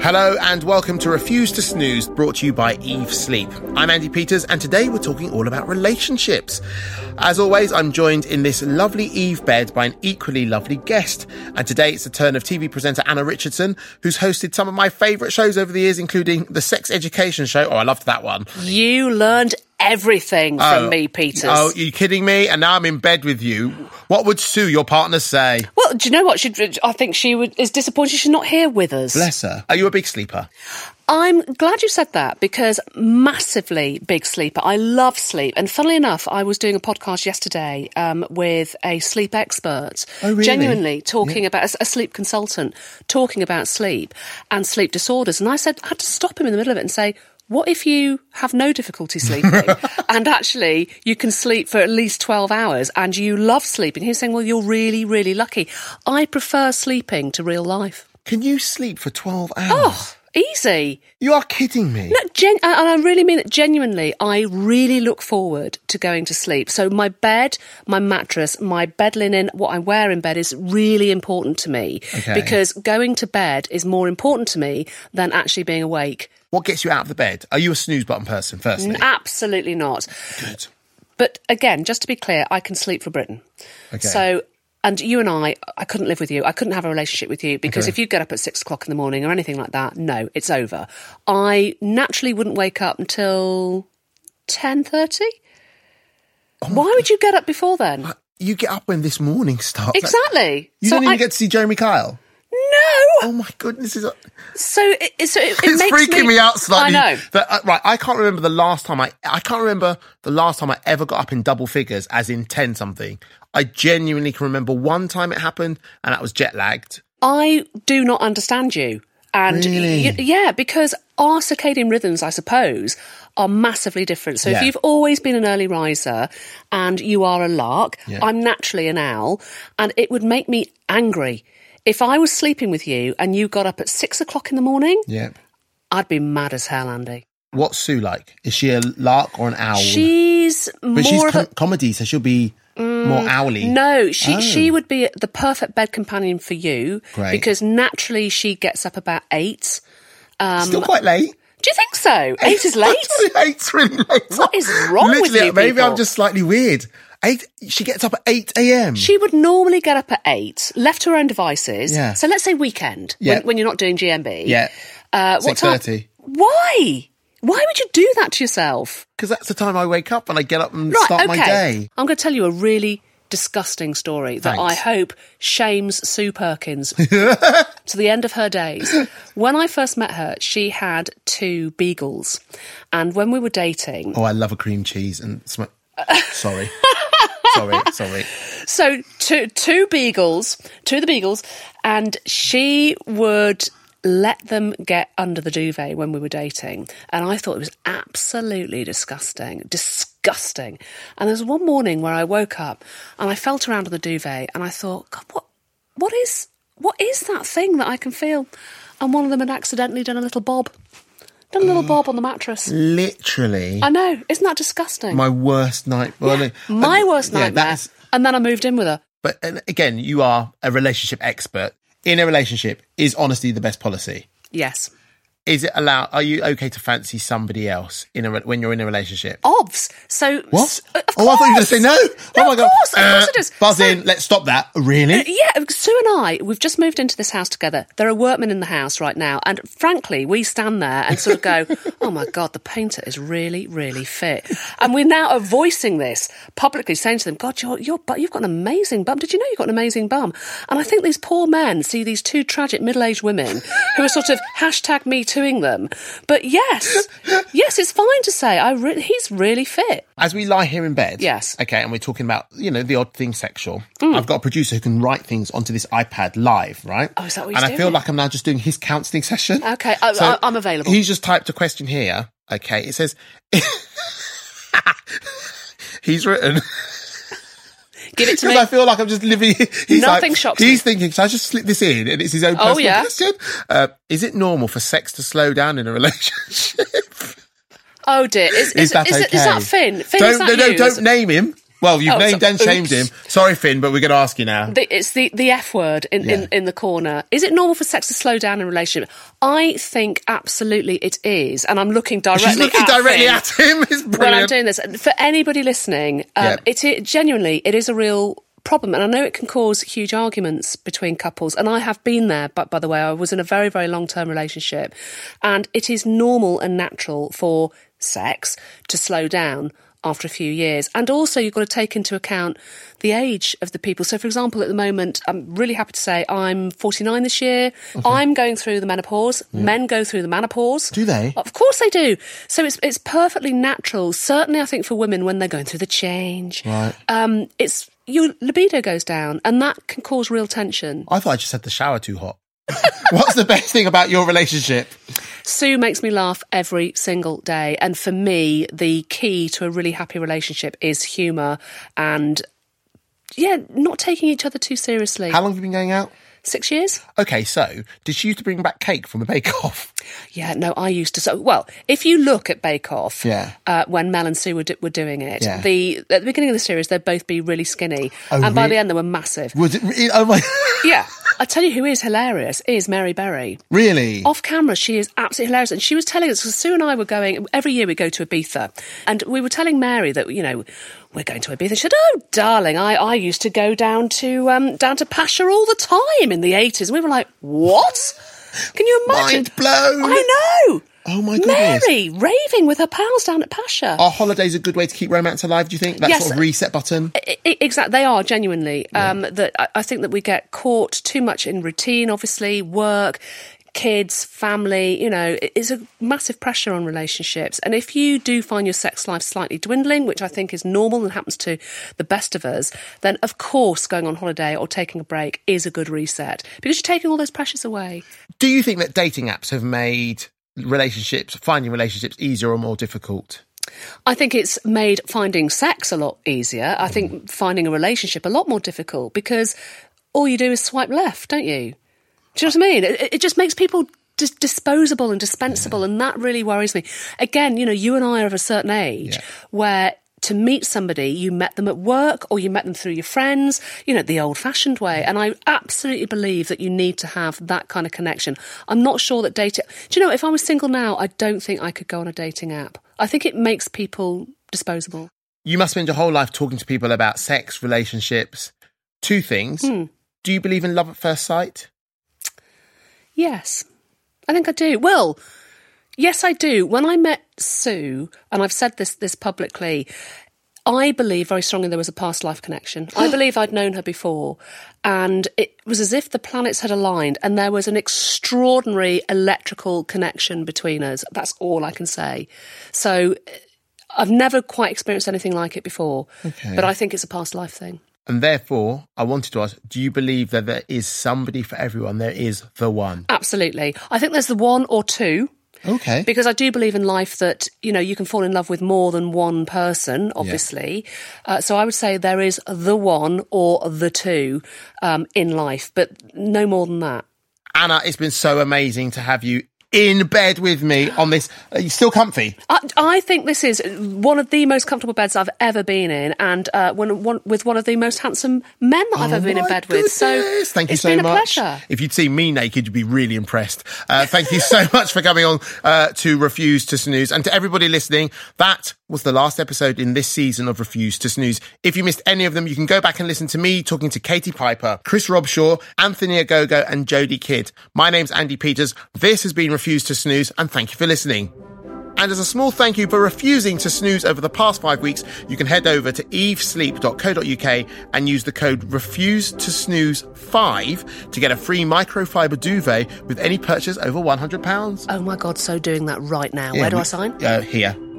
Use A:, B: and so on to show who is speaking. A: Hello and welcome to Refuse to Snooze, brought to you by Eve Sleep. I'm Andy Peters, and today we're talking all about relationships. As always, I'm joined in this lovely Eve bed by an equally lovely guest. And today it's the turn of TV presenter Anna Richardson, who's hosted some of my favourite shows over the years, including The Sex Education Show. Oh, I loved that one.
B: You learned everything from me, Peters.
A: Oh, are you kidding me? And now I'm in bed with you. What would Sue, your partner, say?
B: well, do you know what? Should I think she would is disappointed she's not here with us.
A: Bless her. Are you a big sleeper?
B: I'm glad you said that because massively big sleeper. I love sleep, and funnily enough, I was doing a podcast yesterday um, with a sleep expert,
A: Oh, really?
B: genuinely talking about a sleep consultant talking about sleep and sleep disorders. And I said I had to stop him in the middle of it and say. What if you have no difficulty sleeping and actually you can sleep for at least 12 hours and you love sleeping? He was saying, Well, you're really, really lucky. I prefer sleeping to real life.
A: Can you sleep for 12 hours?
B: Oh, easy.
A: You are kidding me.
B: No, gen- uh, and and I really mean it genuinely. I really look forward to going to sleep. So my bed, my mattress, my bed linen, what I wear in bed is really important to me
A: Okay.
B: because going to bed is more important to me than actually being awake.
A: What gets you out of the bed? Are you a snooze button person, firstly?
B: Absolutely not.
A: Good.
B: But again, just to be clear, I can sleep for Britain.
A: Okay.
B: So, and you and I, I couldn't live with you. I couldn't have a relationship with you because
A: Okay.
B: if you get up at six o'clock in the morning or anything like that, no, it's over. I naturally wouldn't wake up until ten thirty.
A: Oh
B: Why would you get up before then?
A: You get up when this morning starts.
B: Exactly.
A: You
B: so
A: don't even
B: I,
A: get to see Jeremy Kyle.
B: no.
A: Oh my goodness! It's,
B: So it, so it, it
A: it's
B: makes
A: freaking me, out slightly.
B: I know.
A: But, uh, right, I can't remember the last time I. I can't remember the last time I ever got up in double figures, as in ten something. I genuinely can remember one time it happened, and that was jet lagged.
B: I do not understand you. And
A: Really?
B: y- yeah, because our circadian rhythms, I suppose, are massively different. So
A: Yeah.
B: if you've always been an early riser and you are a lark,
A: Yeah.
B: I'm naturally an owl, and it would make me angry. If I was sleeping with you and you got up at six o'clock in the morning,
A: Yep.
B: I'd be mad as hell, Andy.
A: What's Sue like? Is she a lark or an owl?
B: She's more
A: but she's
B: of
A: com-
B: a, Mm,
A: comedy, so she'll be more owly.
B: No, she
A: Oh.
B: she would be the perfect bed companion for you
A: Great.
B: because naturally she gets up about eight. um,
A: still quite late.
B: Do you think so? Eight is late.
A: Eight's really late.
B: What is wrong with
A: Literally,
B: you
A: Maybe I'm
B: people?
A: just slightly weird. Eight. She gets up at eight a.m.
B: She would normally get up at eight, left to her own devices.
A: Yeah.
B: So let's say weekend
A: Yeah.
B: when, when you're not doing GMB.
A: yeah,
B: Uh, what time?
A: 6:30.
B: Why? Why would you do that to yourself?
A: because that's the time I wake up and I get up and
B: Right.
A: start
B: okay.
A: my day.
B: I'm going to tell you a really disgusting story that
A: Thanks.
B: I hope shames Sue Perkins to the end of her days. When I first met her, she had two beagles, and when we were dating,
A: Oh, I love a cream cheese and sm- sorry, sorry, sorry.
B: So two two beagles, two of the beagles, and she would let them get under the duvet when we were dating, and I thought it was absolutely disgusting, disgusting. And there was one morning where I woke up and I felt around on the duvet, and I thought, God, what what is what is that thing that I can feel? And one of them had accidentally done a little bob, done a little bob on the mattress.
A: Literally,
B: I know, isn't that disgusting?
A: my worst night. Well, no,
B: My
A: and-
B: worst
A: yeah,
B: nightmare.
A: that's-
B: and then I moved in with her.
A: But and again, you are a relationship expert. In a relationship, is honesty the best policy?
B: Yes.
A: Is it allowed? Are you okay to fancy somebody else in a re- when you're in a relationship?
B: obs. So
A: What?
B: s- uh, of
A: oh, I thought you were going to
B: course.
A: say no.
B: No,
A: oh my
B: of
A: god.
B: course, of course
A: Uh,
B: it is.
A: Buzz
B: So- Uh,
A: in. Let's stop that. Really?
B: Yeah, Sue and I, we've just moved into this house together. There are workmen in the house right now, and frankly, we stand there and sort of go, "Oh my god, the painter is really, really fit." And we now are voicing this publicly, saying to them, "God, your your butt, you've got an amazing bum. Did you know you've got an amazing bum?" And I think these poor men see these two tragic middle-aged women who are sort of hashtag me tooing them. But yes, yes, it's fine to say I re- he's really fit.
A: As we lie here in bed,
B: Yes. Mm.
A: okay, and we're talking about you know the odd thing sexual. I've got a producer who can write things onto this iPad live, right?
B: Oh, is that what
A: And
B: he's
A: I feel
B: doing?
A: like I'm now just doing his counselling session.
B: Okay, I, I, I'm available.
A: He's just typed a question here. Okay, it says. He's written
B: Give it to
A: because
B: me.
A: I feel like I'm just living. He's
B: Nothing
A: like,
B: shocks
A: He's
B: me.
A: thinking, should I just slip this in? And it's his own
B: Oh,
A: personal
B: yeah.
A: question. Uh, is it normal for sex to slow down in a relationship?
B: Oh dear, is, is,
A: Is that
B: is,
A: okay?
B: it- is that Finn? Finn,
A: don't,
B: is that
A: no, no,
B: you?
A: don't name him. Well, you've
B: Oh,
A: named
B: so-
A: and shamed him.
B: oops.
A: Sorry, Finn, but we're going to ask you now.
B: The, it's the, the F word in,
A: Yeah.
B: in, in the corner. Is it normal for sex to slow down in a relationship? I think absolutely it is. And I'm looking directly
A: She's looking
B: at
A: directly
B: Finn
A: at him. It's
B: When I'm
A: brilliant.
B: doing this, for anybody listening, um,
A: Yeah.
B: it, it genuinely it is a real problem, and I know it can cause huge arguments between couples. And I have been there, but by the way, I was in a very very long term relationship, and it is normal and natural for sex to slow down after a few years. And also, you've got to take into account the age of the people. So, for example, at the moment, I'm really happy to say I'm 49 this year.
A: Mm-hmm.
B: I'm going through the menopause. Men go through the menopause.
A: Do they?
B: Of course they do. So it's it's perfectly natural. Certainly, I think for women when they're going through the change,
A: Right.
B: um, it's your libido goes down, and that can cause real tension.
A: I thought I just had the shower too hot. What's the best thing about your relationship?
B: Sue makes me laugh every single day, and for me, the key to a really happy relationship is humour and. Yeah, not taking each other too seriously.
A: How long have you been going out?
B: Six years?
A: Okay, so did she used to bring back cake from a bake-off?
B: Yeah, no, I used to. So, well, if you look at Bake Off,
A: Yeah.
B: uh, when Mel and Sue were, do, were doing it,
A: Yeah.
B: the at the beginning of the series, they'd both be really skinny,
A: Oh,
B: and by
A: re-
B: the end, they were massive.
A: Was it? re- Oh my!
B: yeah, I tell you, who is hilarious is Mary Berry.
A: really?
B: Off camera, she is absolutely hilarious. And she was telling us, because Sue and I were going, every year we go to Ibiza. And we were telling Mary that, you know, we're going to Ibiza. She said, oh, darling, I, I used to go down to um, down to Pasha all the time in the 80s. And we were like, what? Can you imagine?
A: Mind blown.
B: I know.
A: Oh, my goodness.
B: Mary raving with her pals down at Pasha.
A: Are holidays a good way to keep romance alive? Do you think that
B: Yes. Eh.
A: sort of reset button?
B: Exactly, they are genuinely. Um, That I- I think that we get caught too much in routine, obviously work, kids, family. You know, it- it's a massive pressure on relationships. And if you do find your sex life slightly dwindling, which I think is normal and happens to the best of us, then of course going on holiday or taking a break is a good reset because you're taking all those pressures away.
A: Do you think that dating apps have made relationships, finding relationships, easier or more difficult?
B: I think it's made finding sex a lot easier. I think finding a relationship a lot more difficult because all you do is swipe left, don't you? Do you know what I mean? It, it just makes people dis- disposable and dispensable, and that really worries me. Again, you know, you and I are of a certain age
A: Yeah.
B: where. To meet somebody, you met them at work or you met them through your friends, you know, the old fashioned way. And I absolutely believe that you need to have that kind of connection. I'm not sure that dating, do you know, if I was single now, I don't think I could go on a dating app. I think it makes people disposable.
A: You must spend your whole life talking to people about sex, relationships. Two things.
B: Hmm.
A: Do you believe in love at first sight?
B: Yes, I think I do. Well, yes, I do. When I met Sue, and I've said this this publicly, I believe very strongly there was a past life connection. I believe I'd known her before, and it was as if the planets had aligned, and there was an extraordinary electrical connection between us. That's all I can say. So. eh, I've never quite experienced anything like it before, but I think it's a past life thing.
A: And therefore, I wanted to ask, do you believe that there is somebody for everyone? There is the one.
B: Absolutely. I think there's the one or two
A: Okay.
B: Because I do believe in life that, you know, you can fall in love with more than one person, obviously. Uh, so I would say there is the one or the two um, in life, but no more than that.
A: Anna, it's been so amazing to have you in bed with me on this. Are you still comfy?
B: I, I think this is one of the most comfortable beds I've ever been in, and uh, one, one, with one of the most handsome men that I've ever been in
A: Oh My
B: bed with. So
A: goodness. thank you
B: it's
A: so
B: been a
A: much.
B: pleasure.
A: If you'd seen me naked, you'd be really impressed. Uh, thank you so much for coming on uh, to Refuse to Snooze, and to everybody listening. That was the last episode in this season of Refuse to Snooze. If you missed any of them, you can go back and listen to me talking to Katie Piper, Chris Robshaw, Anthony Agogo, and Jodie Kidd. My name's Andy Peters. This has been Refuse to Snooze, and thank you for listening. And as a small thank you for refusing to snooze over the past five weeks, you can head over to evesleep.co.uk and use the code refuse to snooze 5 to get a free microfiber duvet with any purchase over £100.
B: Oh my God, so doing that right now.
A: Yeah,
B: Uh, Where do
A: we-
B: I sign?
A: Uh, here.